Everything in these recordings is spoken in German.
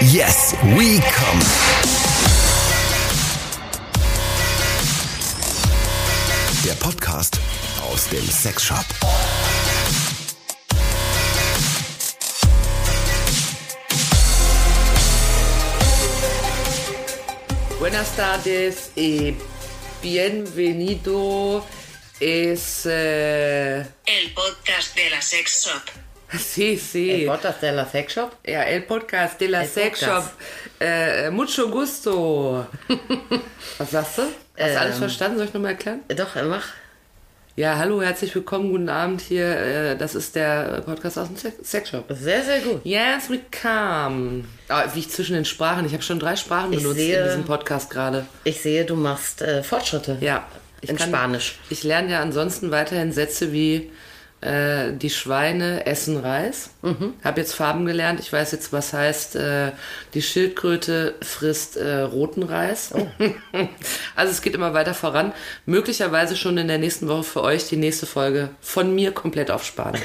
Yes, we come. Der Podcast aus dem Sexshop. Buenas tardes y bienvenido. Es. eh, El podcast de la Sex Shop. sí, sí. Äh, Gott, das ist der La Sex Shop? Ja, el podcast de la El sex shop. podcast. Eh, mucho gusto. Was sagst du? Hast du alles Ähm. verstanden? Soll ich nochmal erklären? Äh, Doch, äh, mach. Ja, hallo, herzlich willkommen, guten Abend hier. äh, Das ist der Podcast aus dem Sex- Sexshop. Sehr, sehr gut. Yes, we come. Ah, wie ich zwischen den Sprachen, ich habe schon drei Sprachen Ich benutzt in sehe- diesem Podcast gerade. Ich sehe, du machst äh, Fortschritte. Ja. Ich In Spanisch. Ich lerne ja ansonsten weiterhin Sätze wie äh, die Schweine essen Reis. Mhm. Habe jetzt Farben gelernt. Ich weiß jetzt, was heißt, äh, die Schildkröte frisst äh, roten Reis. Oh. also es geht immer weiter voran. Möglicherweise schon in der nächsten Woche für euch die nächste Folge von mir komplett auf Spanisch.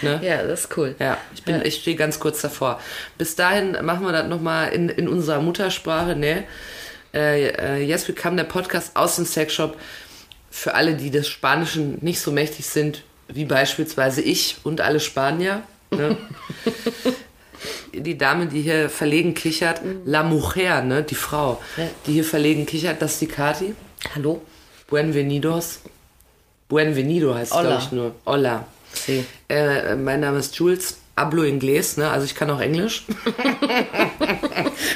Ja, das ist cool. Ne? Ja, ich, bin, ich stehe ganz kurz davor. Bis dahin machen wir das nochmal in, in unserer Muttersprache. Ne? Äh, äh, yes, we come, der Podcast aus dem Sexshop. Für alle, die des Spanischen nicht so mächtig sind, wie beispielsweise ich und alle Spanier. Ne? die Dame, die hier verlegen kichert, La Mujer, ne? die Frau, Ja. die hier verlegen kichert, das ist die Kati. Hallo? Buenvenidos. Buenvenido heißt es, Hola. glaube ich, nur. Hola. Sí. Äh, mein Name ist Jules. Hablo Inglés, ne? Also ich kann auch Englisch.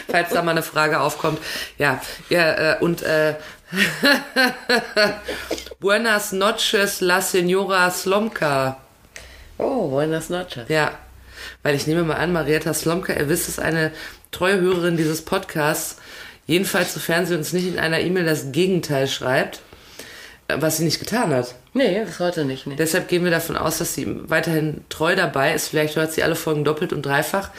Falls da mal eine Frage aufkommt. Ja, ja äh, und äh, Buenas noches, la señora Slomka. Oh, buenas noches. Ja, weil ich nehme mal an, Marietta Slomka, ihr wisst, ist eine treue Hörerin dieses Podcasts. Jedenfalls, sofern sie uns nicht in einer E-Mail das Gegenteil schreibt, äh, was sie nicht getan hat. Nee, bis heute nicht. Nee. Deshalb gehen wir davon aus, dass sie weiterhin treu dabei ist. Vielleicht hört sie alle Folgen doppelt und dreifach.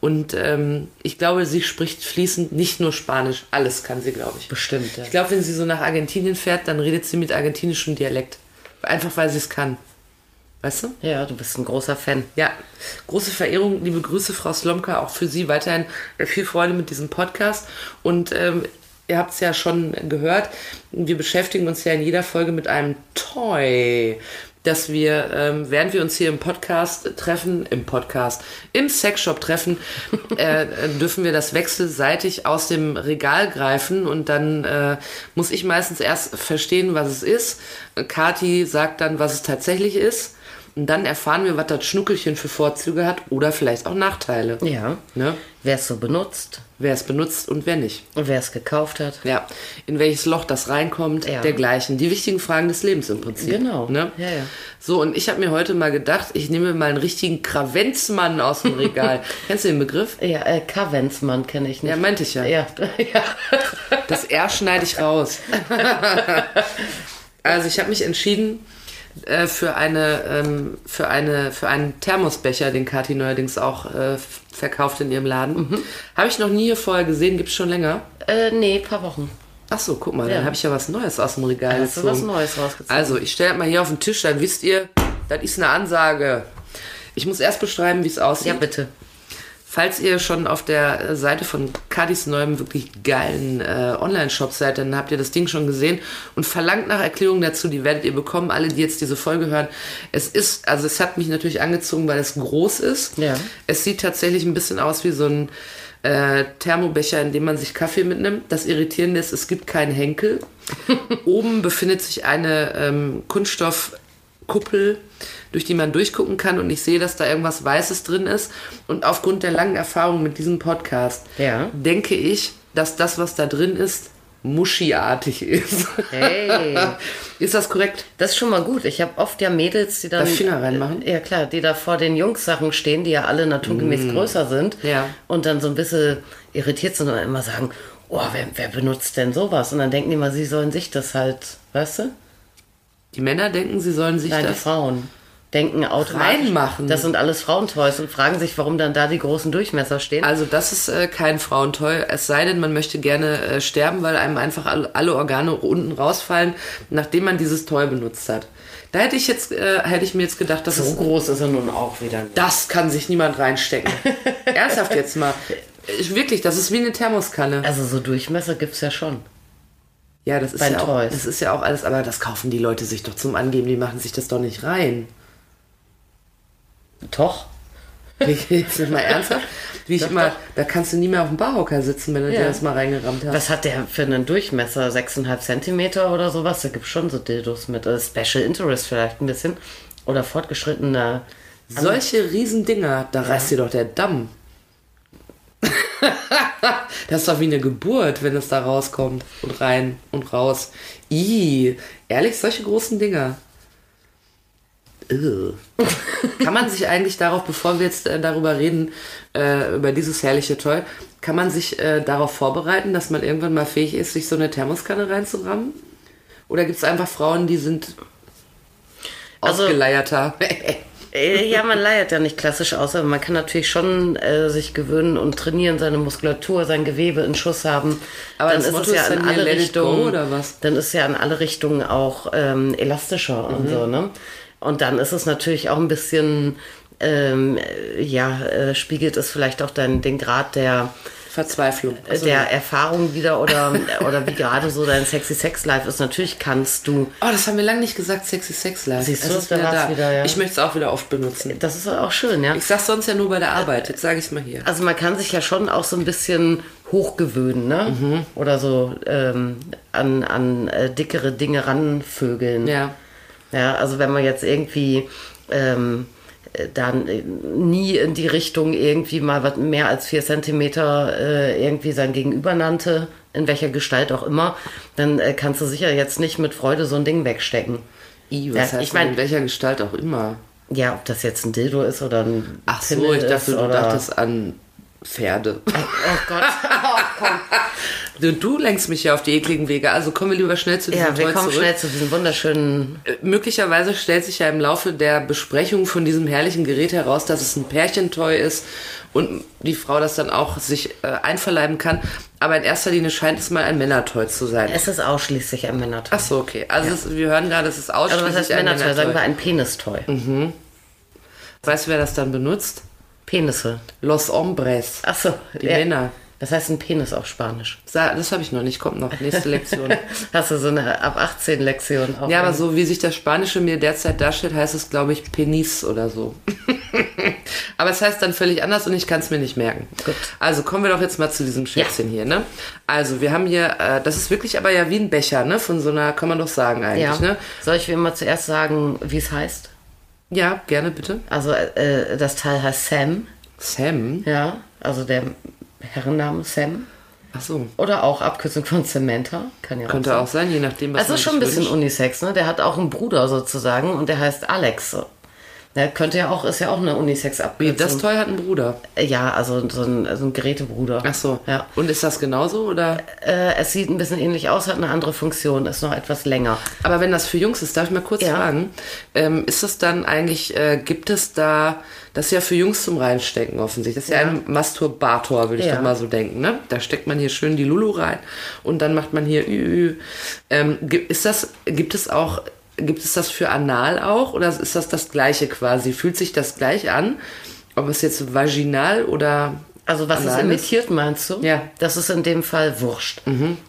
Und ähm, ich glaube, sie spricht fließend nicht nur Spanisch. Alles kann sie, glaube ich. Bestimmt, ja. Ich glaube, wenn sie so nach Argentinien fährt, dann redet sie mit argentinischem Dialekt. Einfach weil sie es kann. Weißt du? Ja, du bist ein großer Fan. Ja, große Verehrung, liebe Grüße, Frau Slomka, auch für Sie weiterhin viel Freude mit diesem Podcast. Und ähm, ihr habt es ja schon gehört, wir beschäftigen uns ja in jeder Folge mit einem Toy, dass wir, ähm, während wir uns hier im Podcast treffen, im Podcast, im Sexshop treffen, äh, äh, dürfen wir das wechselseitig aus dem Regal greifen und dann äh, muss ich meistens erst verstehen, was es ist. Kati sagt dann, was es tatsächlich ist. Und dann erfahren wir, was das Schnuckelchen für Vorzüge hat oder vielleicht auch Nachteile. Ja. Ne? Wer es so benutzt Wer es benutzt und wer nicht. und wer es gekauft hat. Ja. In welches Loch das reinkommt, Ja. dergleichen. Die wichtigen Fragen des Lebens im Prinzip. Genau. Ne? Ja, ja. So, und ich habe mir heute mal gedacht, ich nehme mal einen richtigen Kravenzmann aus dem Regal. Kennst du den Begriff? Ja, äh, Kavensmann kenne ich nicht. Ja, meinte ich ja. ja. ja. Das R schneide ich raus. also ich habe mich entschieden äh, für eine ähm, für eine für einen Thermosbecher, den Kathi neuerdings auch äh, f- verkauft in ihrem Laden. Habe ich noch nie hier vorher gesehen, gibt's schon länger. Äh, nee, paar Wochen. Ach so, guck mal, Ja. dann habe ich ja was Neues aus dem Regal Hast du gezogen. was Neues rausgezogen? Also, ich stelle mal hier auf den Tisch, dann wisst ihr, das ist eine Ansage. Ich muss erst beschreiben, wie es aussieht. ja, bitte. Falls ihr schon auf der Seite von Kadis neuem wirklich geilen äh, Online-Shop seid, dann habt ihr das Ding schon gesehen und verlangt nach Erklärungen dazu, die werdet ihr bekommen, alle, die jetzt diese Folge hören. Es ist, also es hat mich natürlich angezogen, weil es groß ist. Ja. Es sieht tatsächlich ein bisschen aus wie so ein äh, Thermobecher, in dem man sich Kaffee mitnimmt. Das Irritierende ist, es gibt keinen Henkel. Oben befindet sich eine ähm, Kunststoffkuppel, durch die man durchgucken kann und ich sehe, dass da irgendwas Weißes drin ist. Und aufgrund der langen Erfahrung mit diesem Podcast Ja. denke ich, dass das, was da drin ist, muschiartig ist. Hey. ist das korrekt? Das ist schon mal gut. Ich habe oft ja Mädels, die dann. äh, Darf ich Finger reinmachen? Ja, klar, die da vor den Jungssachen stehen, die ja alle naturgemäß größer sind. Mm. Ja. Und dann so ein bisschen irritiert sind und dann immer sagen: Oh, wer, wer benutzt denn sowas? Und dann denken die mal, sie sollen sich das halt, weißt du? Die Männer denken, sie sollen sich Nein, die das... Frauen. denken automatisch, Reinmachen. das sind alles Frauentoys und fragen sich, warum dann da die großen Durchmesser stehen. Also das ist äh, kein Frauentoll, es sei denn, man möchte gerne äh, sterben, weil einem einfach alle, alle Organe unten rausfallen, nachdem man dieses Toy benutzt hat. Da hätte ich jetzt, äh, hätte ich mir jetzt gedacht, dass so es, groß ist er nun auch wieder. nicht. das kann sich niemand reinstecken. Ernsthaft jetzt mal. Ich, wirklich, das ist wie eine Thermoskanne. Also so Durchmesser gibt's ja schon. Ja, das ist Bei ja, auch, Toys. das ist ja auch alles, aber das kaufen die Leute sich doch zum Angeben, die machen sich das doch nicht rein. Doch. Jetzt mal ernsthaft? Wie ich Doch, immer, doch. da kannst du nie mehr auf dem Barhocker sitzen, wenn du Ja. dir das mal reingerammt hast. Was hat der für einen Durchmesser? 6,5 Zentimeter oder sowas? Da gibt's schon so Dildos mit äh, Special Interest vielleicht ein bisschen. Oder fortgeschrittener. Solche Riesendinger, da reißt dir doch der Damm. das ist doch wie eine Geburt, wenn es da rauskommt und rein und raus. I, ehrlich, solche großen Dinger. Ugh. kann man sich eigentlich darauf, bevor wir jetzt äh, darüber reden, äh, über dieses herrliche Toy, kann man sich äh, darauf vorbereiten, dass man irgendwann mal fähig ist, sich so eine Thermoskanne reinzurammen? Oder gibt es einfach Frauen, die sind Also- ausgeleierter? Äh, Ja, man leiert ja nicht klassisch aus, aber man kann natürlich schon äh, sich gewöhnen und trainieren, seine Muskulatur, sein Gewebe in Schuss haben. Aber das Motto ist dann hier, let it go, oder was? Dann ist ja in alle Richtungen auch ähm, elastischer Mhm. und so, ne? Und dann ist es natürlich auch ein bisschen, ähm, äh, ja, äh, spiegelt es vielleicht auch dann den Grad der Verzweiflung. Also- Äh, der Erfahrung wieder oder, oder wie gerade so dein sexy Sex Life ist. Natürlich kannst du, Oh, das haben wir lange nicht gesagt, sexy Sex Life. Siehst Es du, ist da war's wieder, ja. Ich möchte es auch wieder oft benutzen. das ist auch schön, ja. Ich sag's sonst ja nur bei der Arbeit, jetzt sage ich es mal hier. Also man kann sich ja schon auch so ein bisschen hochgewöhnen, ne? Oder so ähm, an, an äh, dickere Dinge ranvögeln. Ja. Ja, also wenn man jetzt irgendwie ähm, äh, dann äh, nie in die Richtung irgendwie mal was mehr als vier Zentimeter äh, irgendwie sein Gegenüber nannte, in welcher Gestalt auch immer, dann äh, kannst du sicher jetzt nicht mit Freude so ein Ding wegstecken. I, Ja, was heißt ich ich mein- in welcher Gestalt auch immer. Ja, ob das jetzt ein Dildo ist oder ein Ach so, Pimmel ich dachte, ist du oder- dachtest an Pferde. Oh Gott. Du, du lenkst mich ja auf die ekligen Wege, also kommen wir lieber schnell zu diesem Ja, wir Toy kommen zurück. schnell zu diesem wunderschönen. möglicherweise stellt sich ja im Laufe der Besprechung von diesem herrlichen Gerät heraus, dass es ein Pärchentoy ist und die Frau das dann auch sich äh, einverleiben kann. Aber in erster Linie scheint es mal ein Männertoy zu sein. Es ist ausschließlich ein Männertoy. Ach so, okay. Also es, wir hören gerade, es ist Also ausschließlich was heißt ein Männertoy? Sagen wir Männertoy. Mhm. ein Penistoy. Weißt du, wer das dann benutzt? Penisse. Los Hombres. Achso. Die Männer. Das heißt ein Penis auf Spanisch. Sa- Das habe ich noch nicht, kommt noch. Nächste Lektion. Hast du so eine ab 18 Lektion auch? ja, aber so wie sich das Spanische mir derzeit darstellt, heißt es, glaube ich, Penis oder so. aber es heißt dann völlig anders und ich kann es mir nicht merken. Gut. Also kommen wir doch jetzt mal zu diesem Schätzchen hier. Ne? Also wir haben hier, äh, das ist wirklich aber ja wie ein Becher, ne? Von so einer, kann man doch sagen ja. eigentlich, ne? Soll ich wie immer zuerst sagen, wie es heißt? Ja, gerne bitte. Also äh, das Teil heißt Sam. Sam. Ja. Also der Herrenname Sam. Ach so. Oder auch Abkürzung von Samantha. Kann ja auch Könnte sein. auch sein, je nachdem, was Also man schon ein sich bisschen wünscht. Unisex, ne? Der hat auch einen Bruder sozusagen und der heißt Alex. Der könnte ja auch, ist ja auch eine Wie, Unisex-Abkürzung. das Toy hat einen Bruder. Ja, also so ein, so ein Gerätebruder. Ach so. Ja. Und ist das genauso oder? Äh, es sieht ein bisschen ähnlich aus, hat eine andere Funktion, ist noch etwas länger. Aber wenn das für Jungs ist, darf ich mal kurz Ja. fragen, ähm, ist das dann eigentlich, äh, gibt es da, das ist ja für Jungs zum Reinstecken offensichtlich, das ist ja, Ja. ein Masturbator, würde ich Ja. doch mal so denken, ne? Da steckt man hier schön die Lulu rein und dann macht man hier ü, ü. Ähm, gi- ist das, gibt es auch, gibt es das für anal auch oder ist das das gleiche quasi? Fühlt sich das gleich an? Ob es jetzt vaginal oder Also was es Anal ist? imitiert, meinst du? Ja. Mhm. Das ist in dem Fall wurscht.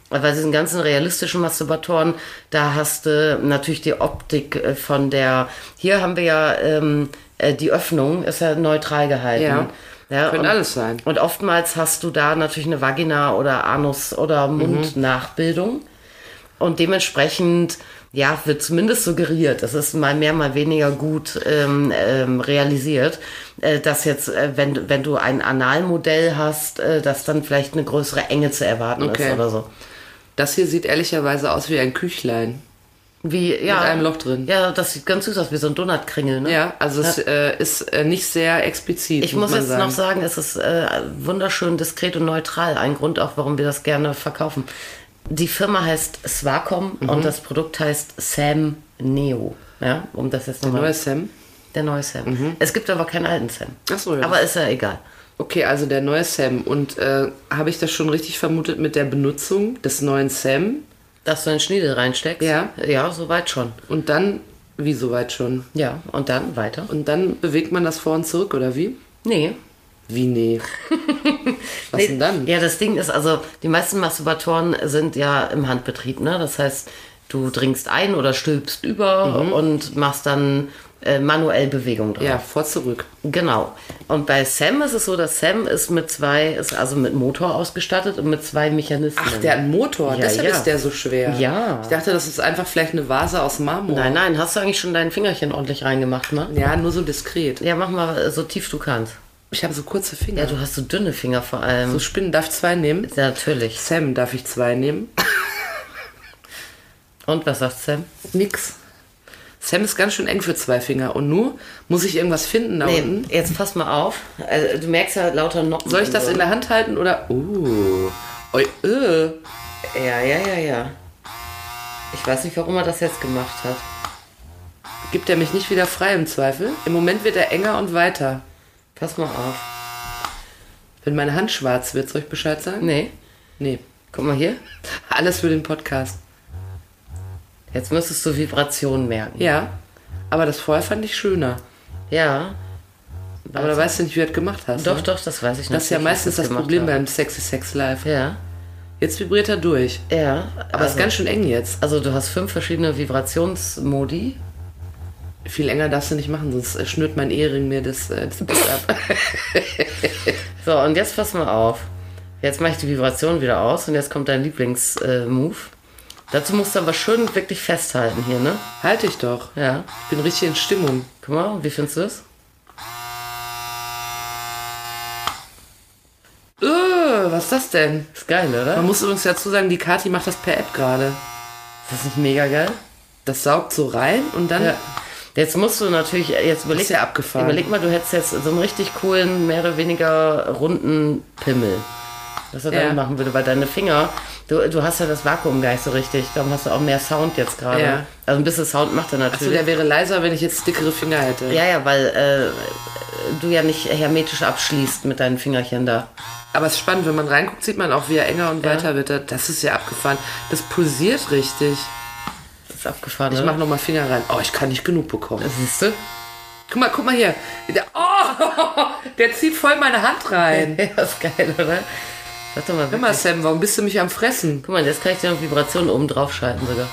Weil bei diesen ganzen realistischen Masturbatoren, da hast du natürlich die Optik äh, von der... Hier haben wir ja ähm, äh, die Öffnung, ist ja neutral gehalten. Ja. Ja, Könnte und- alles sein. Und oftmals hast du da natürlich eine Vagina- oder Anus- oder Mhm. Mundnachbildung. Und dementsprechend, ja, wird zumindest suggeriert, das ist mal mehr, mal weniger gut ähm, ähm, realisiert, äh, dass jetzt, äh, wenn, wenn du ein Analmodell hast, äh, dass dann vielleicht eine größere Enge zu erwarten Okay. ist oder so. das hier sieht ehrlicherweise aus wie ein Küchlein. Wie, ja, Mit einem Loch drin. Ja, das sieht ganz süß aus, wie so ein Donutkringel, ne? Ja, also es äh, ist äh, nicht sehr explizit. Ich muss man jetzt sagen. noch sagen, es ist äh, wunderschön diskret und neutral. Ein Grund auch, warum wir das gerne verkaufen. Die Firma heißt Mhm. Swacom und das Produkt heißt Sam Neo. Ja, um das jetzt nochmal. Neues Sam. Der neue Sam. Es gibt aber keinen alten Sam. Mhm. Ach so, ja. Aber ist ja egal. Okay, also der neue Sam. Und äh, habe ich das schon richtig vermutet mit der Benutzung des neuen Sam? Dass du einen Schniedel reinsteckst? Ja. Ja, soweit schon. Und dann, wie soweit schon? Ja, und dann weiter? Und dann bewegt man das vor und zurück, oder wie? Nee. Wie, nee. Was denn dann? Ja, das Ding ist, also die meisten Masturbatoren sind ja im Handbetrieb, ne? Das heißt, du trinkst ein oder stülpst über und machst dann äh, manuell Bewegung drauf. Mhm. Ja, vor zurück. Genau. Und bei Sam ist es so, dass Sam ist mit zwei, ist also mit Motor ausgestattet und mit zwei Mechanismen. Ach, der hat einen Motor, Ja, deshalb ja. ist der so schwer. Ja. Ich dachte, das ist einfach vielleicht eine Vase aus Marmor. Nein, nein, hast du eigentlich schon dein Fingerchen ordentlich reingemacht, ne? Ja, nur so diskret. Ja, mach mal äh, so tief du kannst. Ich habe so kurze Finger. Ja, du hast so dünne Finger vor allem. so Spinnen darf ich zwei nehmen. ja, natürlich. Sam darf ich zwei nehmen. Und was sagt Sam? Nix. Sam ist ganz schön eng für zwei Finger. Und nur muss ich irgendwas finden da Nee, unten. jetzt pass mal auf. Also, du merkst ja lauter Noppen. Soll ich das und in der Hand halten oder? Uh. Oi, äh. so. Ja, ja, ja, ja. Ich weiß nicht, warum er das jetzt gemacht hat. Gibt er mich nicht wieder frei im Zweifel? Im Moment wird er enger und weiter. Pass mal auf. Wenn meine Hand schwarz wird, soll ich Bescheid sagen? Nee. Nee. Guck mal hier. Alles für den Podcast. Jetzt müsstest du Vibrationen merken. Ja. Aber das vorher fand ich schöner. Ja. Aber da weißt du nicht, wie du das gemacht hast. Also- Doch, ne? doch, das weiß ich Das ist ja meistens das Problem bei. beim Sexy Sex Live. Ja. Also- Jetzt vibriert er durch. Ja. Aber es ist ganz schön eng jetzt. Also du hast fünf verschiedene Vibrationsmodi. Viel enger darfst du nicht machen, sonst äh, schnürt mein Ehering mir das, äh, das Bild ab. So, und jetzt pass mal auf. Jetzt mache ich die Vibration wieder aus und jetzt kommt dein Lieblingsmove. Äh, Move. Dazu musst du aber schön wirklich festhalten hier, ne? Halte ich Halt doch. Ja. Ich bin richtig in Stimmung. Guck mal, wie findest du das? Äh, was ist das denn? Ist geil, ne? oder? Man muss übrigens dazu sagen, die Kati macht das per App gerade. Ist das nicht mega geil? Das saugt so rein und dann. Ja. Jetzt musst du natürlich, äh, jetzt überleg, Ist ja abgefahren. überleg mal, du hättest jetzt so einen richtig coolen, mehr oder weniger runden Pimmel. Was er Ja. dann machen würde, weil deine Finger, du, du hast ja das Vakuum gar nicht so richtig, darum hast du auch mehr Sound jetzt gerade. Ja. Also ein bisschen Sound macht er Achso, natürlich. der wäre leiser, wenn ich jetzt dickere Finger hätte. ja, ja, weil äh, du ja nicht hermetisch abschließt mit deinen Fingerchen da. Aber es ist spannend, wenn man reinguckt, sieht man auch, wie er enger und weiter wird. Das ist ja abgefahren. Das pulsiert richtig. Das ist abgefahren. Ich oder? mach nochmal Finger rein. Oh, ich kann nicht genug bekommen. Siehst du? Guck mal, guck mal hier. Der, oh, der zieht voll meine Hand rein. Ja, ist geil, oder? Warte mal, Guck mal, Sam, warum bist du mich am Fressen? Guck mal, jetzt kann ich dir noch Vibrationen oben drauf schalten sogar.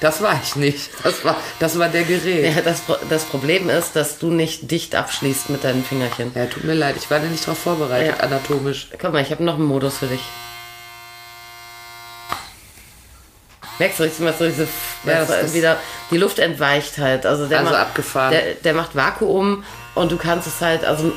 Das war ich nicht. Das war, das war der Gerät. Ja, das, Pro- das Problem ist, dass du nicht dicht abschließt mit deinen Fingerchen. Ja, tut mir leid. Ich war da nicht drauf vorbereitet, Ja. anatomisch. Guck mal, ich habe noch einen Modus für dich. Merkst du richtig, was so diese, Ja, was das ist- wieder, die Luft entweicht halt. Also, der Also macht, abgefahren. Der, der macht Vakuum und du kannst es halt, also äh,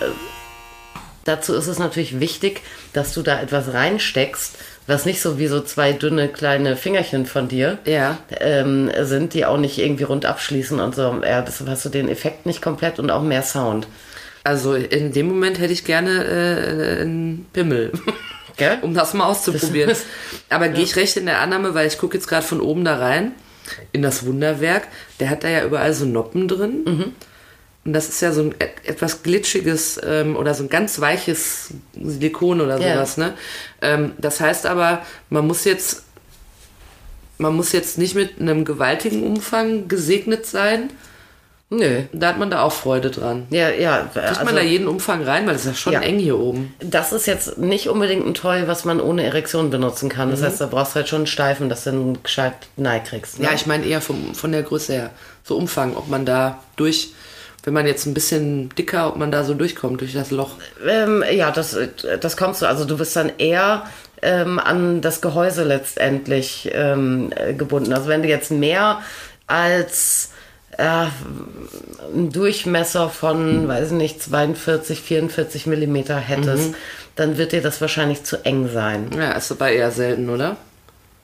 dazu ist es natürlich wichtig, dass du da etwas reinsteckst, was nicht so wie so zwei dünne kleine Fingerchen von dir Ja. ähm, sind, die auch nicht irgendwie rund abschließen und so. Ja, das hast du den Effekt nicht komplett und auch mehr Sound. Also in dem Moment hätte ich gerne äh, einen Pimmel. Gell? um das mal auszuprobieren. Aber gehe ich recht in der Annahme, weil ich gucke jetzt gerade von oben da rein in das Wunderwerk. Der hat da ja überall so Noppen drin. Mhm. Und das ist ja so ein et- etwas glitschiges ähm, oder so ein ganz weiches Silikon oder Ja. sowas. Ne? Ähm, das heißt aber, man muss jetzt man muss jetzt nicht mit einem gewaltigen Umfang gesegnet sein. Nö. Da hat man da auch Freude dran. Ja, ja. also Kriegt man da jeden Umfang rein, weil das ist Also ja schon Ja. eng hier oben. das ist jetzt nicht unbedingt ein Toy, was man ohne Erektion benutzen kann. Mhm. Das heißt, da brauchst du halt schon einen Steifen, dass du einen gescheit nahe kriegst. Ne? Ja, ich meine eher vom, von der Größe her. So Umfang, ob man da durch, wenn man jetzt ein bisschen dicker, ob man da so durchkommt durch das Loch. ähm, ja das, äh, das kommst du. Also du bist dann eher ähm, an das Gehäuse letztendlich ähm, äh, gebunden. Also wenn du jetzt mehr als äh, einen Durchmesser von, weiß nicht, 42, 44 Millimeter Mhm. hättest, dann wird dir das wahrscheinlich zu eng sein. Ja, ist aber eher selten, oder?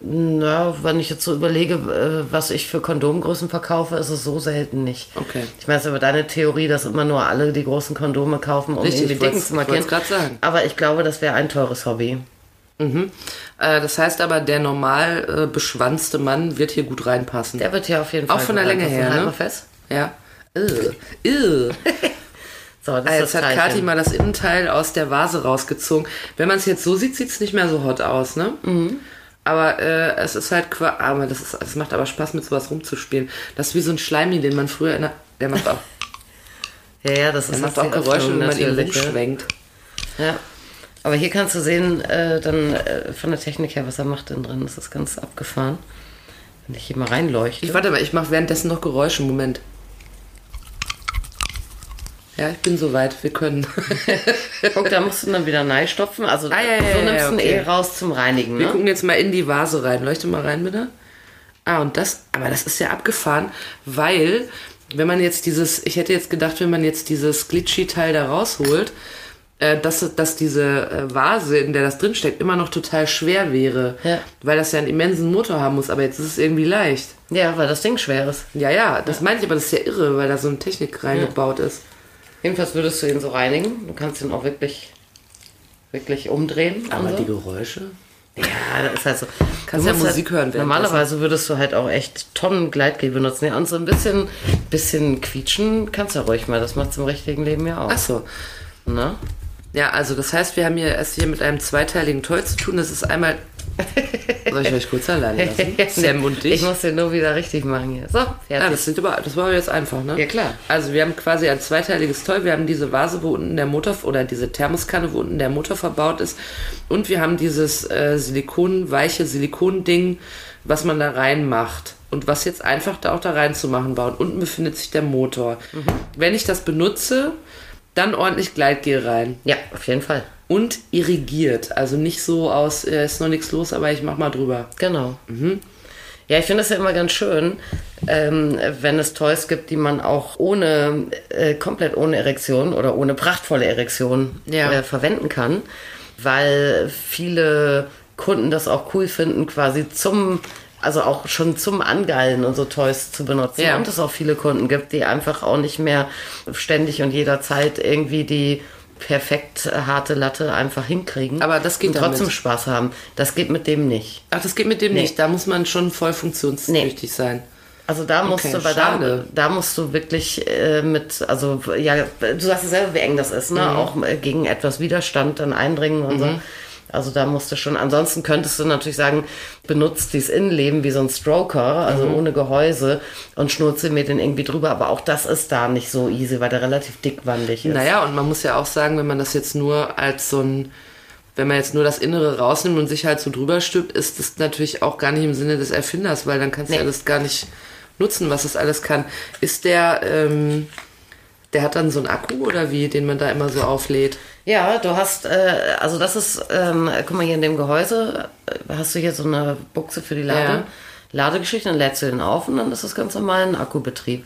Na, wenn ich jetzt so überlege, äh, was ich für Kondomgrößen verkaufe, ist es so selten nicht. Okay. Ich meine, es ist aber deine Theorie, dass immer nur alle die großen Kondome kaufen, um Richtig, irgendwie ich Dicken wollt's- zu markieren. ich wollt's grad sagen. Aber ich glaube, das wäre ein teures Hobby. Äh, das heißt aber, der normal äh, beschwanzte Mann wird hier gut reinpassen. Der wird hier auf jeden Auch Fall. von der gut Länge reinpassen. her, Halt ne? mal fest. ja. Äh. Irr. Irr. So, das Ah, ist Jetzt das hat Teilchen. Kathi mal das Innenteil aus der Vase rausgezogen. Wenn man es jetzt so sieht, sieht es nicht mehr so hot aus, ne? Mhm. Aber äh, es ist halt qua- aber das, ist, es macht aber Spaß, mit sowas rumzuspielen. Das ist wie so ein Schleimli, den man früher in der. Der macht auch, Ja, ja, das ist der macht jetzt auch die Geräusche, Öffnung wenn man ihn natürlich, ne? rumschwenkt. Ja. Aber hier kannst du sehen, äh, dann äh, von der Technik her, was er macht innen drin. Das ist ganz abgefahren. Wenn ich hier mal reinleuchte. Ich warte mal, ich mache währenddessen noch Geräusche. Moment. Ja, ich bin soweit. Wir können. Guck, da musst du dann wieder neistopfen. Also Ah, ja, ja, so ja, nimmst du ihn okay. eh raus zum Reinigen. Wir Ne? gucken jetzt mal in die Vase rein. Leuchte mal rein, bitte. Ah, und das, aber das ist ja abgefahren, weil, wenn man jetzt dieses, ich hätte jetzt gedacht, wenn man jetzt dieses Glitchy-Teil da rausholt, äh, dass, dass diese äh, Vase, in der das drinsteckt, immer noch total schwer wäre. Ja. Weil das ja einen immensen Motor haben muss, aber jetzt ist es irgendwie leicht. Ja, weil das Ding schwer ist. Ja, ja, das meine ich, aber das ist ja irre, weil da so eine Technik reingebaut ist. Jedenfalls würdest du ihn so reinigen. Du kannst ihn auch wirklich, wirklich umdrehen. und so. Geräusche? Ja, das ist halt so. Kannst ja musst Musik hören halt, währenddessen. Normalerweise würdest du halt auch echt Tonnen Gleitgel benutzen. Ja, und so ein bisschen, bisschen quietschen kannst du ja ruhig mal. Das macht im richtigen Leben ja auch. Ach so. Ne? Ja, also das heißt, wir haben hier es hier mit einem zweiteiligen Toy zu tun. Das ist einmal. Soll ich euch kurz allein lassen? Sam und Ich ich. muss den nur wieder richtig machen hier. So, Ja, fertig. das, sind über, das war jetzt einfach, ne? Ja, klar. Also wir haben quasi ein zweiteiliges Toy. Wir haben diese Vase, wo unten der Motor oder diese Thermoskanne, wo unten der Motor verbaut ist. Und wir haben dieses äh, Silikon, weiche Silikonding, was man da reinmacht. Und was jetzt einfach da auch da reinzumachen war. Und unten befindet sich der Motor. Mhm. Wenn ich das benutze, dann ordentlich Gleitgel rein ja, auf jeden Fall. und irrigiert. Also nicht so aus, äh, ist noch nichts los, aber ich mach mal drüber. Genau. Ja, ich finde das ja immer ganz schön, ähm, wenn es Toys gibt, die man auch ohne, äh, komplett ohne Erektion oder ohne prachtvolle Erektion Ja. äh, verwenden kann, weil viele Kunden das auch cool finden, quasi zum, also auch schon zum Angeilen und so Toys zu benutzen. Ja. Und es auch viele Kunden gibt, die einfach auch nicht mehr ständig und jederzeit irgendwie die perfekt harte Latte einfach hinkriegen. Aber das geht und trotzdem damit. Spaß haben. Das geht mit dem nicht. Ach, das geht mit dem Nee. nicht. Da muss man schon voll funktionstüchtig sein. Also da musst Okay, du, weil da, schade. da musst du wirklich äh, mit, also ja, du sagst ja selber, wie eng das ist, ne? Mhm. Auch äh, gegen etwas Widerstand dann eindringen und so. Also da musst du schon, ansonsten könntest du natürlich sagen, benutzt dieses Innenleben wie so ein Stroker, also Mhm. ohne Gehäuse und schnurze mir den irgendwie drüber, aber auch das ist da nicht so easy, weil der relativ dickwandig ist. Naja, und man muss ja auch sagen, wenn man das jetzt nur als so ein, wenn man jetzt nur das Innere rausnimmt und sich halt so drüber stülpt, ist das natürlich auch gar nicht im Sinne des Erfinders, weil dann kannst du Nee. ja das gar nicht nutzen, was das alles kann. Ist der, ähm, der hat dann so einen Akku oder wie, den man da immer so auflädt? Ja, du hast, äh, also das ist, ähm, guck mal hier in dem Gehäuse, äh, hast du hier so eine Buchse für die Lade, Ja. Ladegeschichte, dann lädst du den auf und dann ist das ganz normal ein Akkubetrieb.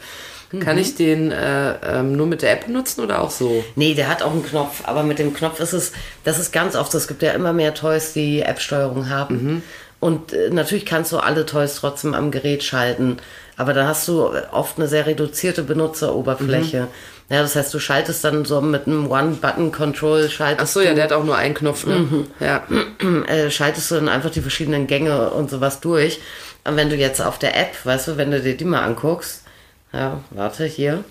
Kann ich den äh, ähm, nur mit der App benutzen oder auch so? Nee, der hat auch einen Knopf, aber mit dem Knopf ist es, das ist ganz oft, so, es gibt ja immer mehr Toys, die App-Steuerung haben. Mhm. Und äh, natürlich kannst du alle Toys trotzdem am Gerät schalten, aber dann hast du oft eine sehr reduzierte Benutzeroberfläche. Mhm. Ja, das heißt, du schaltest dann so mit einem One-Button-Control, Ach schaltest so, ja, der hat auch nur einen Knopf, ne? Ja. äh, schaltest du dann einfach die verschiedenen Gänge und sowas durch. Und wenn du jetzt auf der App, weißt du, wenn du dir die mal anguckst, ja, warte hier,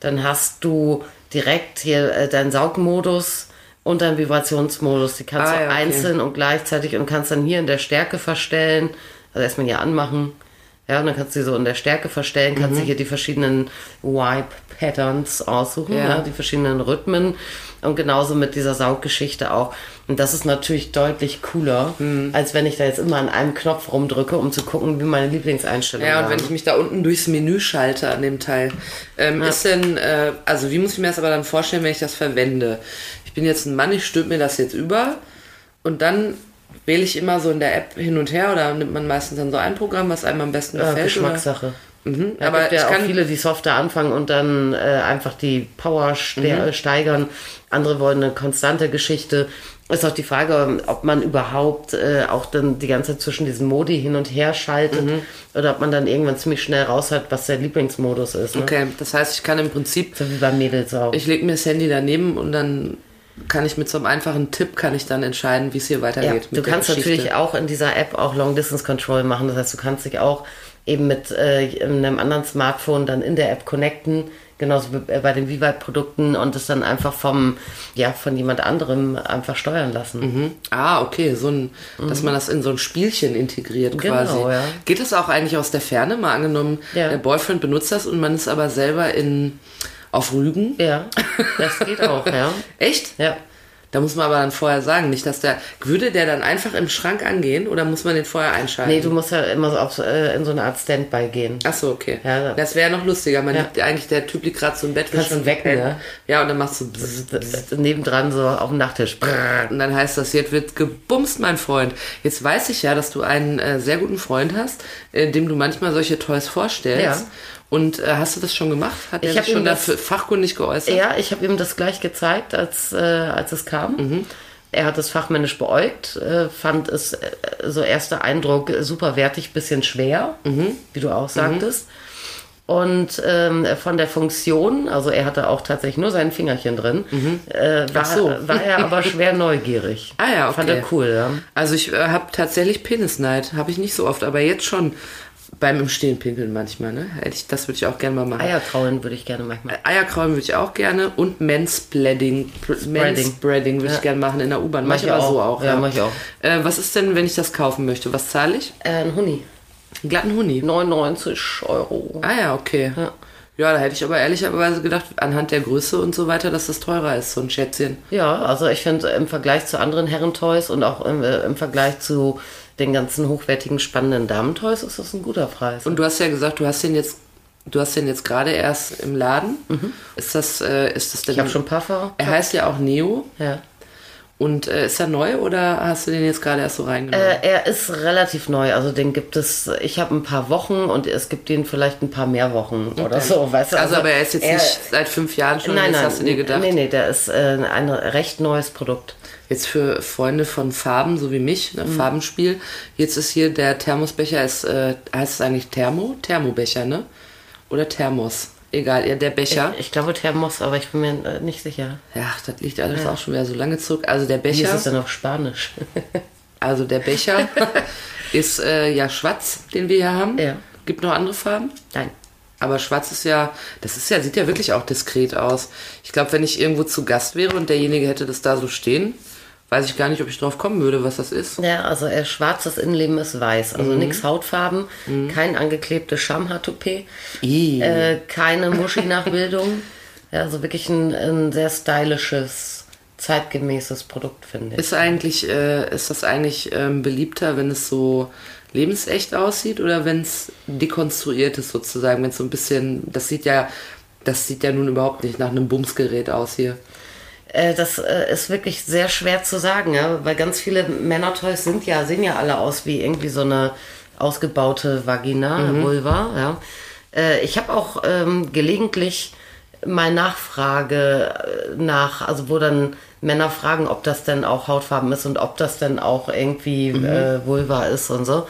dann hast du direkt hier äh, deinen Saugmodus und deinen Vibrationsmodus. Die kannst Ah, du ja, okay. einzeln und gleichzeitig und kannst dann hier in der Stärke verstellen. Also erstmal hier anmachen. Ja, und dann kannst du die so in der Stärke verstellen, Mhm. kannst du hier die verschiedenen Wipe-Patterns aussuchen, Ja. ja. die verschiedenen Rhythmen und genauso mit dieser Sauggeschichte auch. Und das ist natürlich deutlich cooler, Mhm. als wenn ich da jetzt immer an einem Knopf rumdrücke, um zu gucken, wie meine Lieblingseinstellung Ja, war. und wenn ich mich da unten durchs Menü schalte an dem Teil, ähm, ist denn, äh, also wie muss ich mir das aber dann vorstellen, wenn ich das verwende? Ich bin jetzt ein Mann, ich stülpe mir das jetzt über und dann wähle ich immer so in der App hin und her oder nimmt man meistens dann so ein Programm, was einem am besten ja, gefällt? Äh, Geschmackssache. Oder? Mhm, Da aber aber gibt ja ich auch kann, viele, die softer anfangen und dann äh, einfach die Power ste Mhm. steigern. Andere wollen eine konstante Geschichte. Ist auch die Frage, ob man überhaupt äh, auch dann die ganze Zeit zwischen diesen Modi hin und her schaltet Mhm. oder ob man dann irgendwann ziemlich schnell raus hat, was der Lieblingsmodus ist. Ne? okay, das heißt, ich kann im Prinzip, So wie bei Mädels auch. ich lege mir das Handy daneben und dann kann ich mit so einem einfachen Tipp kann ich dann entscheiden, wie es hier Ja, weitergeht. mit du der kannst Geschichte. natürlich auch in dieser App auch Long Distance Control machen. Das heißt, du kannst dich auch eben mit äh, einem anderen Smartphone dann in der App connecten, genauso wie bei den Vivat-Produkten und es dann einfach vom, ja, von jemand anderem einfach steuern lassen. Ah, okay, so ein, dass man das in so ein Spielchen integriert Mhm. Genau, quasi. ja. Geht es auch eigentlich aus der Ferne? Mal angenommen, Ja. der Boyfriend benutzt das und man ist aber selber in auf Rügen. Ja, das geht auch, ja. Echt? Ja. Da muss man aber dann vorher sagen, nicht, dass der. Würde der dann einfach im Schrank angehen oder muss man den vorher einschalten? Nee, du musst ja immer so auf, äh, in so eine Art Standby gehen. Ach so, okay. Ja, da- das wäre noch lustiger. Man Ja. liegt eigentlich der Typ liegt gerade so im Bett. Kannst schon ihn wecken, pennt. ne? Ja, und dann machst du. bzzz, Nebendran so auf dem Nachttisch. Brrr. Und dann heißt das, jetzt wird gebumst, mein Freund. Jetzt weiß ich ja, dass du einen äh, sehr guten Freund hast, äh, dem du manchmal solche Toys vorstellst. Ja. Und äh, hast du das schon gemacht? Hat er Ich hab sich schon ihm das- dafür fachkundig geäußert? Ja, ich habe ihm das gleich gezeigt, als, äh, als es kam. Er hat es fachmännisch beäugt, äh, fand es äh, so erster Eindruck äh, super wertig, bisschen schwer, wie du auch sagtest. Und ähm, von der Funktion, also er hatte auch tatsächlich nur sein Fingerchen drin, äh, war, so. war er aber schwer neugierig. Ah ja, okay. Fand er cool, ja. Also ich äh, habe tatsächlich Penisneid, habe ich nicht so oft, aber jetzt schon beim im Stehen pinkeln manchmal. Ne, Hätte ich, das würde ich auch gerne mal machen. Eierkraulen würde ich gerne manchmal. Eierkraulen würde ich auch gerne und Manspreading, Manspreading würde ich Ja. gerne machen in der U-Bahn. Mach Mach ich ich aber so auch. auch. Ja, mach ich auch. Äh, was ist denn, wenn ich das kaufen möchte? Was zahle ich? Äh, ein Huni. Einen glatten Huni. 99 Euro. Ah ja, okay. Ja. da hätte ich aber ehrlicherweise gedacht, anhand der Größe und so weiter, dass das teurer ist, so ein Schätzchen. Ja, also ich finde im Vergleich zu anderen Herrentoys und auch im, äh, im Vergleich zu den ganzen hochwertigen, spannenden Damentoys ist das ein guter Preis. Und du hast ja gesagt, du hast den jetzt, du hast den jetzt gerade erst im Laden. Ist das, äh, ist das denn? Mhm. ich habe schon Puffer. Er heißt ja auch Neo Ja. und äh, ist er neu oder hast du den jetzt gerade erst so reingenommen? Äh, er ist relativ neu, also den gibt es, ich habe ein paar Wochen und es gibt den vielleicht ein paar mehr Wochen oder so, weißt du. also, aber er ist jetzt nicht seit fünf Jahren schon. Nein, das nein, hast du dir gedacht? Nee, nee, der ist äh, ein recht neues Produkt. Jetzt für Freunde von Farben, so wie mich, Mhm. ne, Farbenspiel. Jetzt ist hier der Thermosbecher, ist, äh, heißt es eigentlich Thermo? Thermobecher, ne? Oder Thermos? Egal, ja, der Becher. Ich glaube Thermos, aber ich bin mir äh, nicht sicher. Ja, das liegt alles auch schon wieder so lange zurück. Also der Wie ist Becher, es denn auf Spanisch? also der Becher ist äh, ja schwarz, den wir hier haben. Ja. Gibt noch andere Farben? nein. Aber schwarz ist ja, das ist ja, sieht ja wirklich auch diskret aus. Ich glaube, wenn ich irgendwo zu Gast wäre und derjenige hätte das da so stehen, weiß ich gar nicht, ob ich drauf kommen würde, was das ist. Ja, also er schwarz, das Innenleben ist weiß. Also nix Hautfarben, kein angeklebtes Schamhaartoupet, Ih. äh, keine Muschi-Nachbildung. ja, also wirklich ein, ein sehr stylisches, zeitgemäßes Produkt, finde ich. Ist eigentlich, äh, ist das eigentlich ähm, beliebter, wenn es so lebensecht aussieht oder wenn es dekonstruiert ist sozusagen, wenn es so ein bisschen, das sieht ja, das sieht ja nun überhaupt nicht nach einem Bumsgerät aus hier. Äh, das äh, ist wirklich sehr schwer zu sagen, ja, weil ganz viele Männertoys sind ja, sehen ja alle aus wie irgendwie so eine ausgebaute Vagina, Vulva. Ja. Äh, ich habe auch ähm, gelegentlich mal Nachfrage äh, nach, also wo dann Männer fragen, ob das denn auch Hautfarben ist und ob das denn auch irgendwie äh, Vulva ist und so.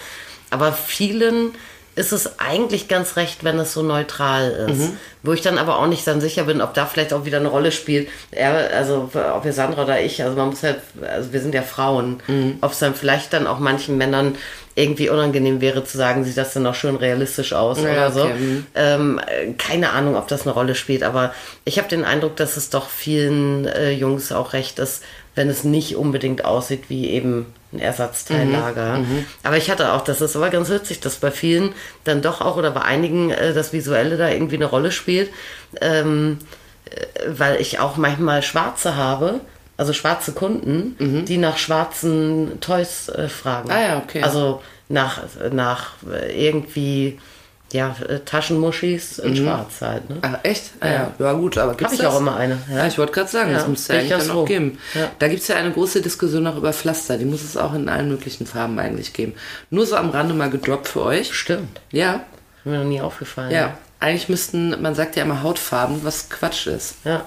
Aber vielen ist es eigentlich ganz recht, wenn es so neutral ist. Mhm. Wo ich dann aber auch nicht dann sicher bin, ob da vielleicht auch wieder eine Rolle spielt. Er, also ob wir Sandra oder ich, also man muss halt, also wir sind ja Frauen, Mhm. ob es dann vielleicht dann auch manchen Männern irgendwie unangenehm wäre zu sagen, sieht das denn auch schön realistisch aus oder so. okay, mhm. Ähm, äh, keine Ahnung, ob das eine Rolle spielt, aber ich habe den Eindruck, dass es doch vielen äh, Jungs auch recht ist, wenn es nicht unbedingt aussieht wie eben ein Ersatzteillager. Mhm, Aber ich hatte auch, das ist aber ganz witzig, dass bei vielen dann doch auch oder bei einigen äh, das Visuelle da irgendwie eine Rolle spielt, ähm, äh, weil ich auch manchmal Schwarze habe. Also schwarze Kunden, die nach schwarzen Toys äh, fragen. Mhm. Ah ja, okay. Also so nach, nach irgendwie ja, Taschenmuschis Mhm. in Schwarz halt. Ne? Ah, echt? Ah, ja. ja, gut, aber gibt's ich das? auch immer eine, Ja, ja. ich wollte gerade sagen, das Ja, muss es ja bin eigentlich ich ganz dann froh. auch geben. Ja. Da gibt's ja eine große Diskussion auch über Pflaster. Die muss es auch in allen möglichen Farben eigentlich geben. Nur so am Rande mal gedroppt für euch. Stimmt. Ja, Mir noch nie aufgefallen. ja. Eigentlich müssten, man sagt ja immer Hautfarben, was Quatsch ist. Ja.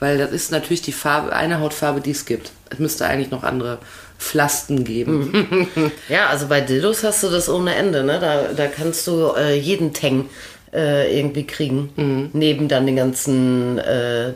Weil das ist natürlich die Farbe, eine Hautfarbe, die es gibt. Es müsste eigentlich noch andere Pflasten geben. Mhm. ja, also bei Dildos hast du das ohne Ende. Ne? Da, da kannst du äh, jeden Tang äh, irgendwie kriegen. Mhm. Neben dann den ganzen äh,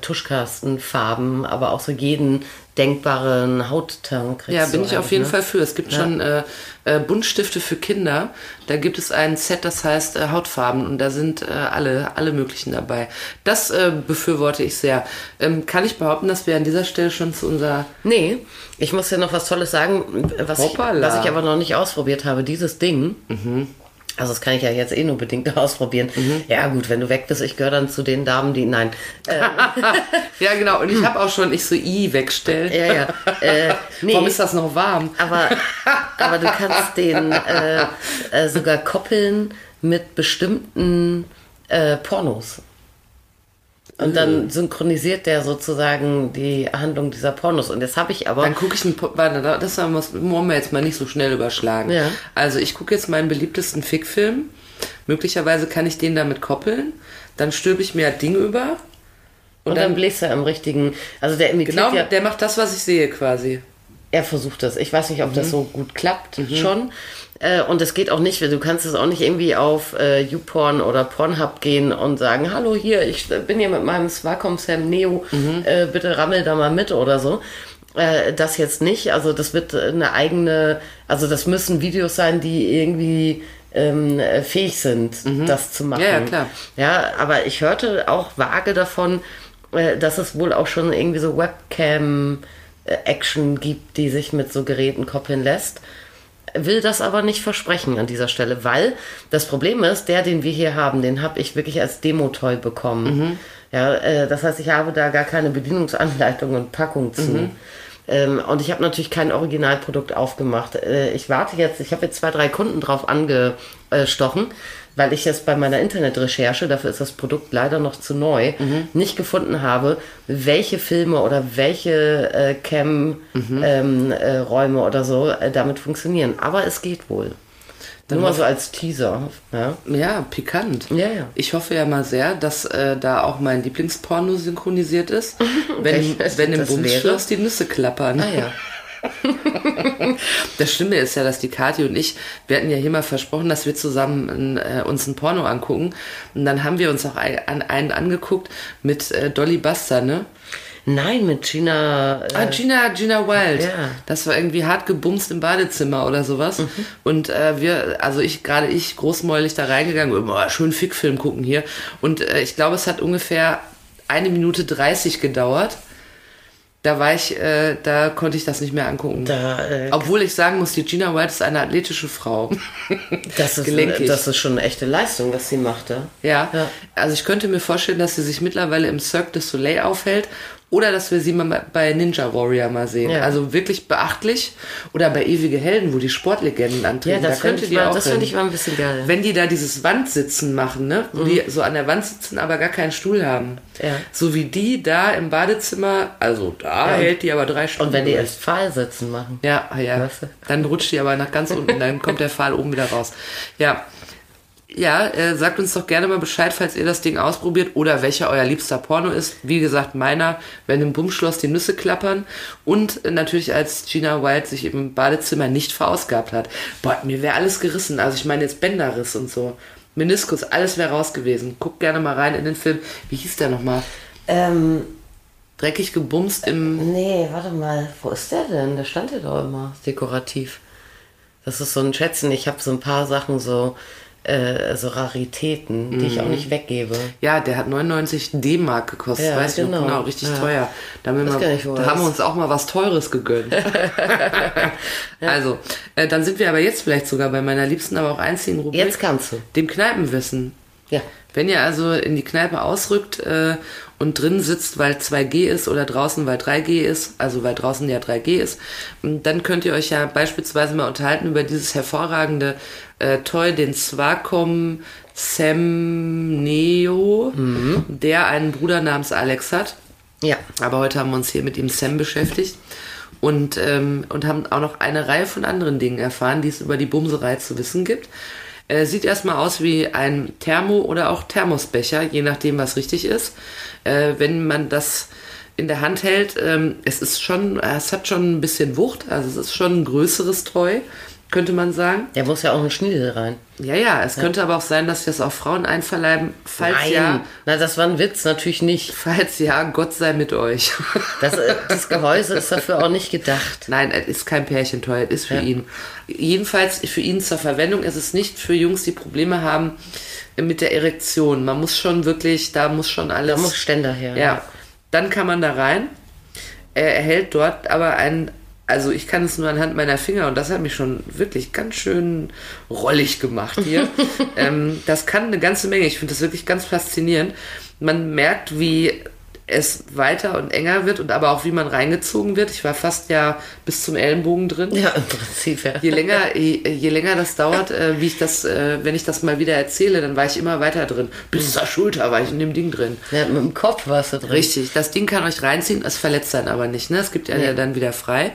Tuschkastenfarben, aber auch so jeden denkbaren Hautton kriegst Ja, du bin ich einen, auf jeden ne? Fall für. Es gibt schon äh, äh, Buntstifte für Kinder. Da gibt es ein Set, das heißt äh, Hautfarben und da sind äh, alle, alle möglichen dabei. Das äh, befürworte ich sehr. Ähm, kann ich behaupten, dass wir an dieser Stelle schon zu unserer Nee, ich muss ja noch was Tolles sagen, was ich, Hoppala. was ich aber noch nicht ausprobiert habe. Dieses Ding, also das kann ich ja jetzt eh nur bedingt ausprobieren. Mhm. Ja gut, wenn du weg bist, ich gehöre dann zu den Damen, die, nein, Ja, genau. Und ich habe auch schon, ich so I wegstellen. Hm. ja, ja, äh, nee. Warum ist das noch warm? aber, aber du kannst den äh, äh, sogar koppeln mit bestimmten äh, Pornos. Und Äh. dann synchronisiert der sozusagen die Handlung dieser Pornos. Und jetzt habe ich aber. Dann gucke ich einen. Po- Warte, da- das haben wir's- wollen wir jetzt mal nicht so schnell überschlagen. Ja. Also, ich gucke jetzt meinen beliebtesten Fickfilm. Möglicherweise kann ich den damit koppeln. Dann stülpe ich mir das Ding über. und dann bläst er im richtigen. Also der imitiert Genau, ja. der macht das, was ich sehe quasi. er versucht das. Ich weiß nicht, ob Mhm. das so gut klappt schon. Äh, und es geht auch nicht, du kannst es auch nicht irgendwie auf äh, YouPorn oder Pornhub gehen und sagen, hallo hier, ich äh, bin hier mit meinem Swacom Sam Neo, Mhm. äh, bitte rammel da mal mit oder so. Äh, das jetzt nicht, also das wird eine eigene, also das müssen Videos sein, die irgendwie ähm, äh, fähig sind, das zu machen. Mhm. Ja, ja, klar. Ja, aber ich hörte auch vage davon, äh, dass es wohl auch schon irgendwie so Webcam-Action gibt, die sich mit so Geräten koppeln lässt. Will das aber nicht versprechen an dieser Stelle, weil das Problem ist, der, den wir hier haben, den habe ich wirklich als Demo-Toy bekommen. Ja, äh, das heißt, ich habe da gar keine Bedienungsanleitung und Packung zu. Ähm, und ich habe natürlich kein Originalprodukt aufgemacht. Äh, ich warte jetzt, ich habe jetzt zwei, drei Kunden drauf angestochen, weil ich jetzt bei meiner Internetrecherche, dafür ist das Produkt leider noch zu neu, nicht gefunden habe, welche Filme oder welche äh, Cam-Räume äh, Räume oder so äh, damit funktionieren. Aber es geht wohl. Nur mal so als Teaser. Ja. Ja, pikant. Ja, ja. Ich hoffe ja mal sehr, dass äh, da auch mein Lieblingsporno synchronisiert ist. Wenn, Welches wenn im das wäre? Bumsschloss die Nüsse klappern. Ah ja. Das Schlimme ist ja, dass die Kathi und ich, wir hatten ja hier mal versprochen, dass wir zusammen äh, uns ein Porno angucken. Und dann haben wir uns auch ein, an, einen angeguckt mit äh, Dolly Buster, ne? Nein, mit China. Äh, Ah, Gina, Gina Wild. Ja. Mhm. Das war irgendwie hart gebumst im Badezimmer oder sowas. Und äh, wir, also ich, gerade ich, großmäulig da reingegangen, immer oh, schön Fickfilm gucken hier. Und äh, ich glaube, es hat ungefähr eine Minute 30 gedauert. Da war ich, äh, da konnte ich das nicht mehr angucken. da, äh, Obwohl ich sagen muss, die Gina White ist eine athletische Frau. das, gelenkig. ist, äh, das ist schon eine echte Leistung, was sie machte. ja. Ja. also ich könnte mir vorstellen, dass sie sich mittlerweile im Cirque du Soleil aufhält oder dass wir sie mal bei Ninja Warrior mal sehen. Ja. Also wirklich beachtlich. Oder bei Ewige Helden, wo die Sportlegenden Ja, antreten. das, da fand könnte ich die mal, auch das fand hin. ich mal ein bisschen geil. Mhm. Wenn die da dieses Wandsitzen machen, ne? Wo die so an der Wand sitzen, aber gar keinen Stuhl haben. Ja. So wie die da im Badezimmer, also da Ja, und- hält die aber drei Stunden. Und wenn die durch. erst Pfahl sitzen machen. Ja, ah ja. Weißt du? Dann rutscht die aber nach ganz unten, dann kommt der Pfahl oben wieder raus. Ja. Ja, äh, sagt uns doch gerne mal Bescheid, falls ihr das Ding ausprobiert oder welcher euer liebster Porno ist. Wie gesagt, meiner, wenn im Bummschloss die Nüsse klappern und äh, natürlich als Gina Wild sich im Badezimmer nicht verausgabt hat. Boah, mir wäre alles gerissen. Also ich meine jetzt Bänderriss und so. Meniskus, alles wäre raus gewesen. Guckt gerne mal rein in den Film. Wie hieß der nochmal? Ähm, Dreckig gebumst im... nee, warte mal, wo ist der denn? Der stand ja doch immer dekorativ. Das ist so ein Schätzen. Ich habe so ein paar Sachen, so, äh, so Raritäten, die Mhm. ich auch nicht weggebe. Ja, der hat 99 D-Mark gekostet, Ja, weißt genau. du, genau, richtig Ja. teuer. Da, haben wir, Weiß mal, gar nicht, wo da er haben wir ist. uns auch mal was Teures gegönnt. Also, äh, dann sind wir aber jetzt vielleicht sogar bei meiner liebsten, aber auch einzigen Rubrik. Jetzt kannst du. Dem Kneipenwissen. Ja. Wenn ihr also in die Kneipe ausrückt äh, und drin sitzt, weil 2G ist oder draußen, weil 3G ist, also weil draußen ja 3G ist, m, dann könnt ihr euch ja beispielsweise mal unterhalten über dieses hervorragende äh, Toy, den Swacom Sam Neo, der einen Bruder namens Alex hat. Ja. Aber heute haben wir uns hier mit ihm Sam beschäftigt und, ähm, und haben auch noch eine Reihe von anderen Dingen erfahren, die es über die Bumserei zu wissen gibt. Äh, sieht erstmal aus wie ein Thermo- oder auch Thermosbecher, je nachdem, was richtig ist. Äh, wenn man das in der Hand hält, ähm, es ist schon, es hat schon ein bisschen Wucht, also es ist schon ein größeres Toy, könnte man sagen. Der muss ja auch ein Schniedel rein. Ja, ja, es könnte aber auch sein, dass wir es auch Frauen einverleiben, falls ja, Na, das war ein Witz, natürlich nicht. falls ja, Gott sei mit euch. Das, äh, das Gehäuse ist dafür auch nicht gedacht. Nein, es ist kein Pärchentor, es ist für ihn. Jedenfalls für ihn zur Verwendung. Es ist nicht für Jungs, die Probleme haben mit der Erektion. Man muss schon wirklich, da muss schon alles. Da muss Ständer her. ja. Dann kann man da rein. Er erhält dort aber einen, also ich kann es nur anhand meiner Finger und das hat mich schon wirklich ganz schön rollig gemacht hier. ähm, das kann eine ganze Menge. Ich finde das wirklich ganz faszinierend. Man merkt, wie es weiter und enger wird und aber auch wie man reingezogen wird. Ich war fast ja bis zum Ellenbogen drin Ja, im Prinzip, ja. je länger, je, je länger das dauert, äh, wie ich das, äh, wenn ich das mal wieder erzähle, dann war ich immer weiter drin. Bis zur Schulter war ich in dem Ding drin. ja mit dem Kopf warst du drin. Richtig, das Ding kann euch reinziehen, es verletzt dann aber nicht, ne? Es gibt ja dann wieder frei.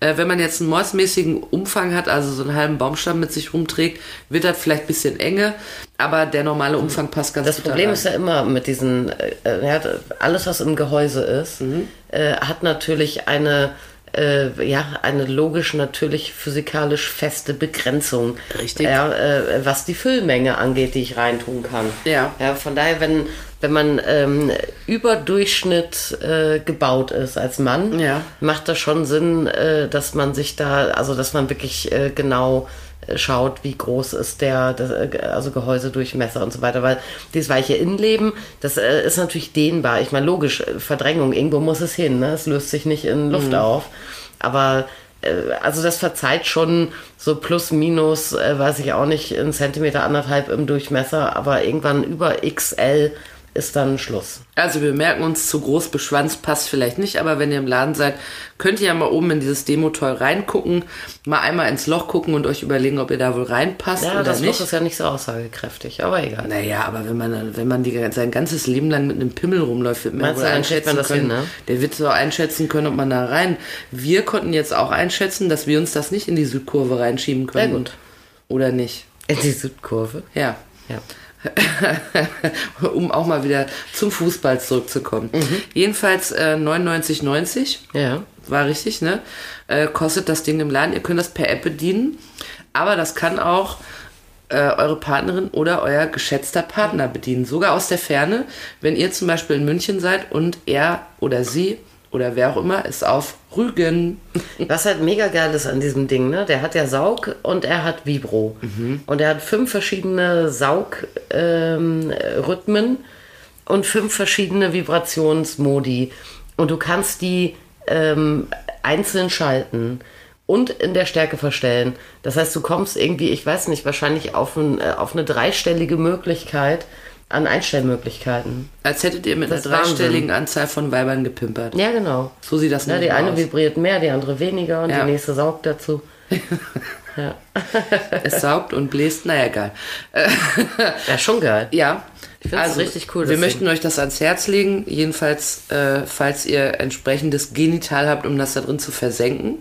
Äh, wenn man jetzt einen mordsmäßigen Umfang hat, also so einen halben Baumstamm mit sich rumträgt, wird das vielleicht ein bisschen enge, aber der normale Umfang passt ganz Das gut da Problem rein. ist ja immer mit diesen, äh, äh, ja, alles was im Gehäuse ist, Mhm. äh, hat natürlich eine, äh, ja, eine logisch, natürlich physikalisch feste Begrenzung. Richtig. Ja, äh, was die Füllmenge angeht, die ich reintun kann. Ja. ja von daher, wenn, wenn man ähm, über Durchschnitt äh, gebaut ist als Mann, Ja. macht das schon Sinn, äh, dass man sich da, also dass man wirklich äh, genau äh, schaut, wie groß ist der, das, äh, also Gehäusedurchmesser und so weiter, weil dieses weiche Innenleben, das äh, ist natürlich dehnbar. Ich meine, logisch, äh, Verdrängung, irgendwo muss es hin, ne? es löst sich nicht in Mhm. Luft auf, aber äh, also das verzeiht schon so plus minus, äh, weiß ich auch nicht, ein Zentimeter anderthalb im Durchmesser, aber irgendwann über XL ist dann Schluss. Also wir merken uns, zu groß beschwanzt passt vielleicht nicht, aber wenn ihr im Laden seid, könnt ihr ja mal oben in dieses Demo-Toy reingucken, mal einmal ins Loch gucken und euch überlegen, ob ihr da wohl reinpasst Ja, oder das nicht. Loch ist ja nicht so aussagekräftig, aber egal. Naja, aber wenn man, dann- wenn man die, sein ganzes Leben lang mit einem Pimmel rumläuft, wird man Meinst wohl du, dann kriegt man das können, hin, ne? der wird so einschätzen können, ob man da rein. Wir konnten jetzt auch einschätzen, dass wir uns das nicht in die Südkurve reinschieben können. gut. Oder nicht. In die Südkurve. Ja. Ja. um auch mal wieder zum Fußball zurückzukommen. Jedenfalls äh, 99,90 Mhm. Ja. war richtig, ne? Äh, kostet das Ding im Laden. Ihr könnt das per App bedienen, aber das kann auch äh, eure Partnerin oder euer geschätzter Partner bedienen. Sogar aus der Ferne, wenn ihr zum Beispiel in München seid und er oder sie oder wer auch immer ist auf Rügen. Was halt mega geil ist an diesem Ding, ne? Der hat ja Saug und er hat Vibro. Und er hat fünf verschiedene Saugrhythmen ähm, äh, Rhythmen und fünf verschiedene Vibrationsmodi. Und du kannst die ähm, einzeln schalten und in der Stärke verstellen. Das heißt, du kommst irgendwie, ich weiß nicht, wahrscheinlich auf, ein, äh, auf eine dreistellige Möglichkeit an Einstellmöglichkeiten. Als hättet ihr mit Das einer ist Wahnsinn. dreistelligen Anzahl von Weibern gepimpert. Ja, genau. So sieht das Ne, die nämlich eine aus. vibriert mehr, die andere weniger und Ja. die nächste saugt dazu. ja. Es saugt und bläst, naja, egal. ja, schon geil. Ja. Ich find's richtig cool, Wir das möchten euch das ans Herz legen, jedenfalls, äh, falls ihr entsprechendes Genital habt, um das da drin zu versenken.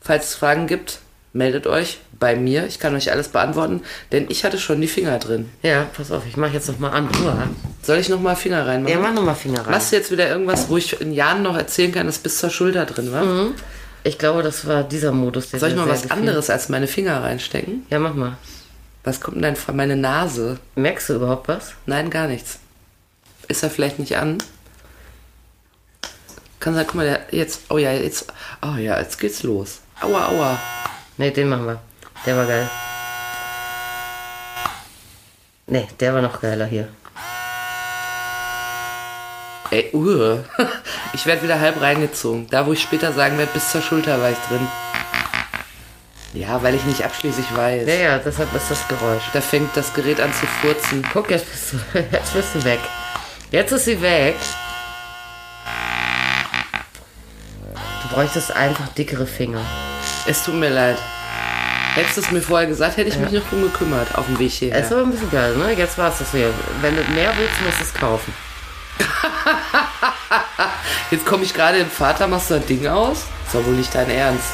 Falls es Fragen gibt, meldet euch bei mir. Ich kann euch alles beantworten, denn ich hatte schon die Finger drin. Ja, pass auf, ich mache jetzt nochmal an. Uah. Soll ich nochmal Finger reinmachen? Ja, mach nochmal Finger rein. Machst du jetzt wieder irgendwas, wo ich in Jahren noch erzählen kann, dass bis zur Schulter drin war? Ich glaube, das war dieser Modus. Der Soll ich dir mal Mhm. sehr was gefiel. anderes als meine Finger reinstecken? Ja, mach mal. Was kommt denn dann von meine Nase? Merkst du überhaupt was? Nein, gar nichts. Ist er vielleicht nicht an? Kann sein, guck mal, der jetzt, oh ja, jetzt, oh ja, jetzt geht's los. Aua, aua. Nee, den machen wir. Der war geil. Nee, der war noch geiler hier. Ey, uh. Ich werde wieder halb reingezogen. Da, wo ich später sagen werde, bis zur Schulter war ich drin. Ja, weil ich nicht abschließend weiß. Ja, ja, deshalb ist das Geräusch. Da fängt das Gerät an zu furzen. Guck, jetzt bist du, jetzt bist du weg. Jetzt ist sie weg. Du bräuchtest einfach dickere Finger. Es tut mir leid. Hättest du es mir vorher gesagt, hätte ich mich noch drum gekümmert auf dem Weg hierher. Ist aber ein bisschen geil, ne? Jetzt war es das hier. Wenn du mehr willst, musst du es kaufen. Jetzt komme ich gerade im Vater, machst du das Ding aus? Ist doch wohl nicht dein Ernst.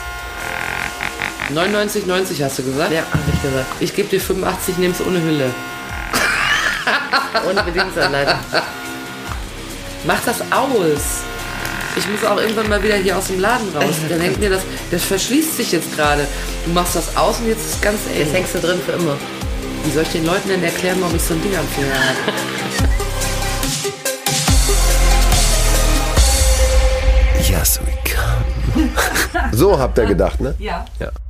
99,90 hast du gesagt? Ja, hab ich gesagt. Ich gebe dir 85, nehm's ohne Hülle. Ohne Bedienungsanleitung. Mach das aus. Ich muss auch irgendwann mal wieder hier aus dem Laden raus. Dann hängt mir das, das verschließt sich jetzt gerade. Du machst das aus und jetzt ist es ganz eng. Jetzt hängst du drin für immer. Wie soll ich den Leuten denn erklären, warum ich so ein Ding am Finger habe? Yes, we can. So habt ihr gedacht, ne? Ja. Ja.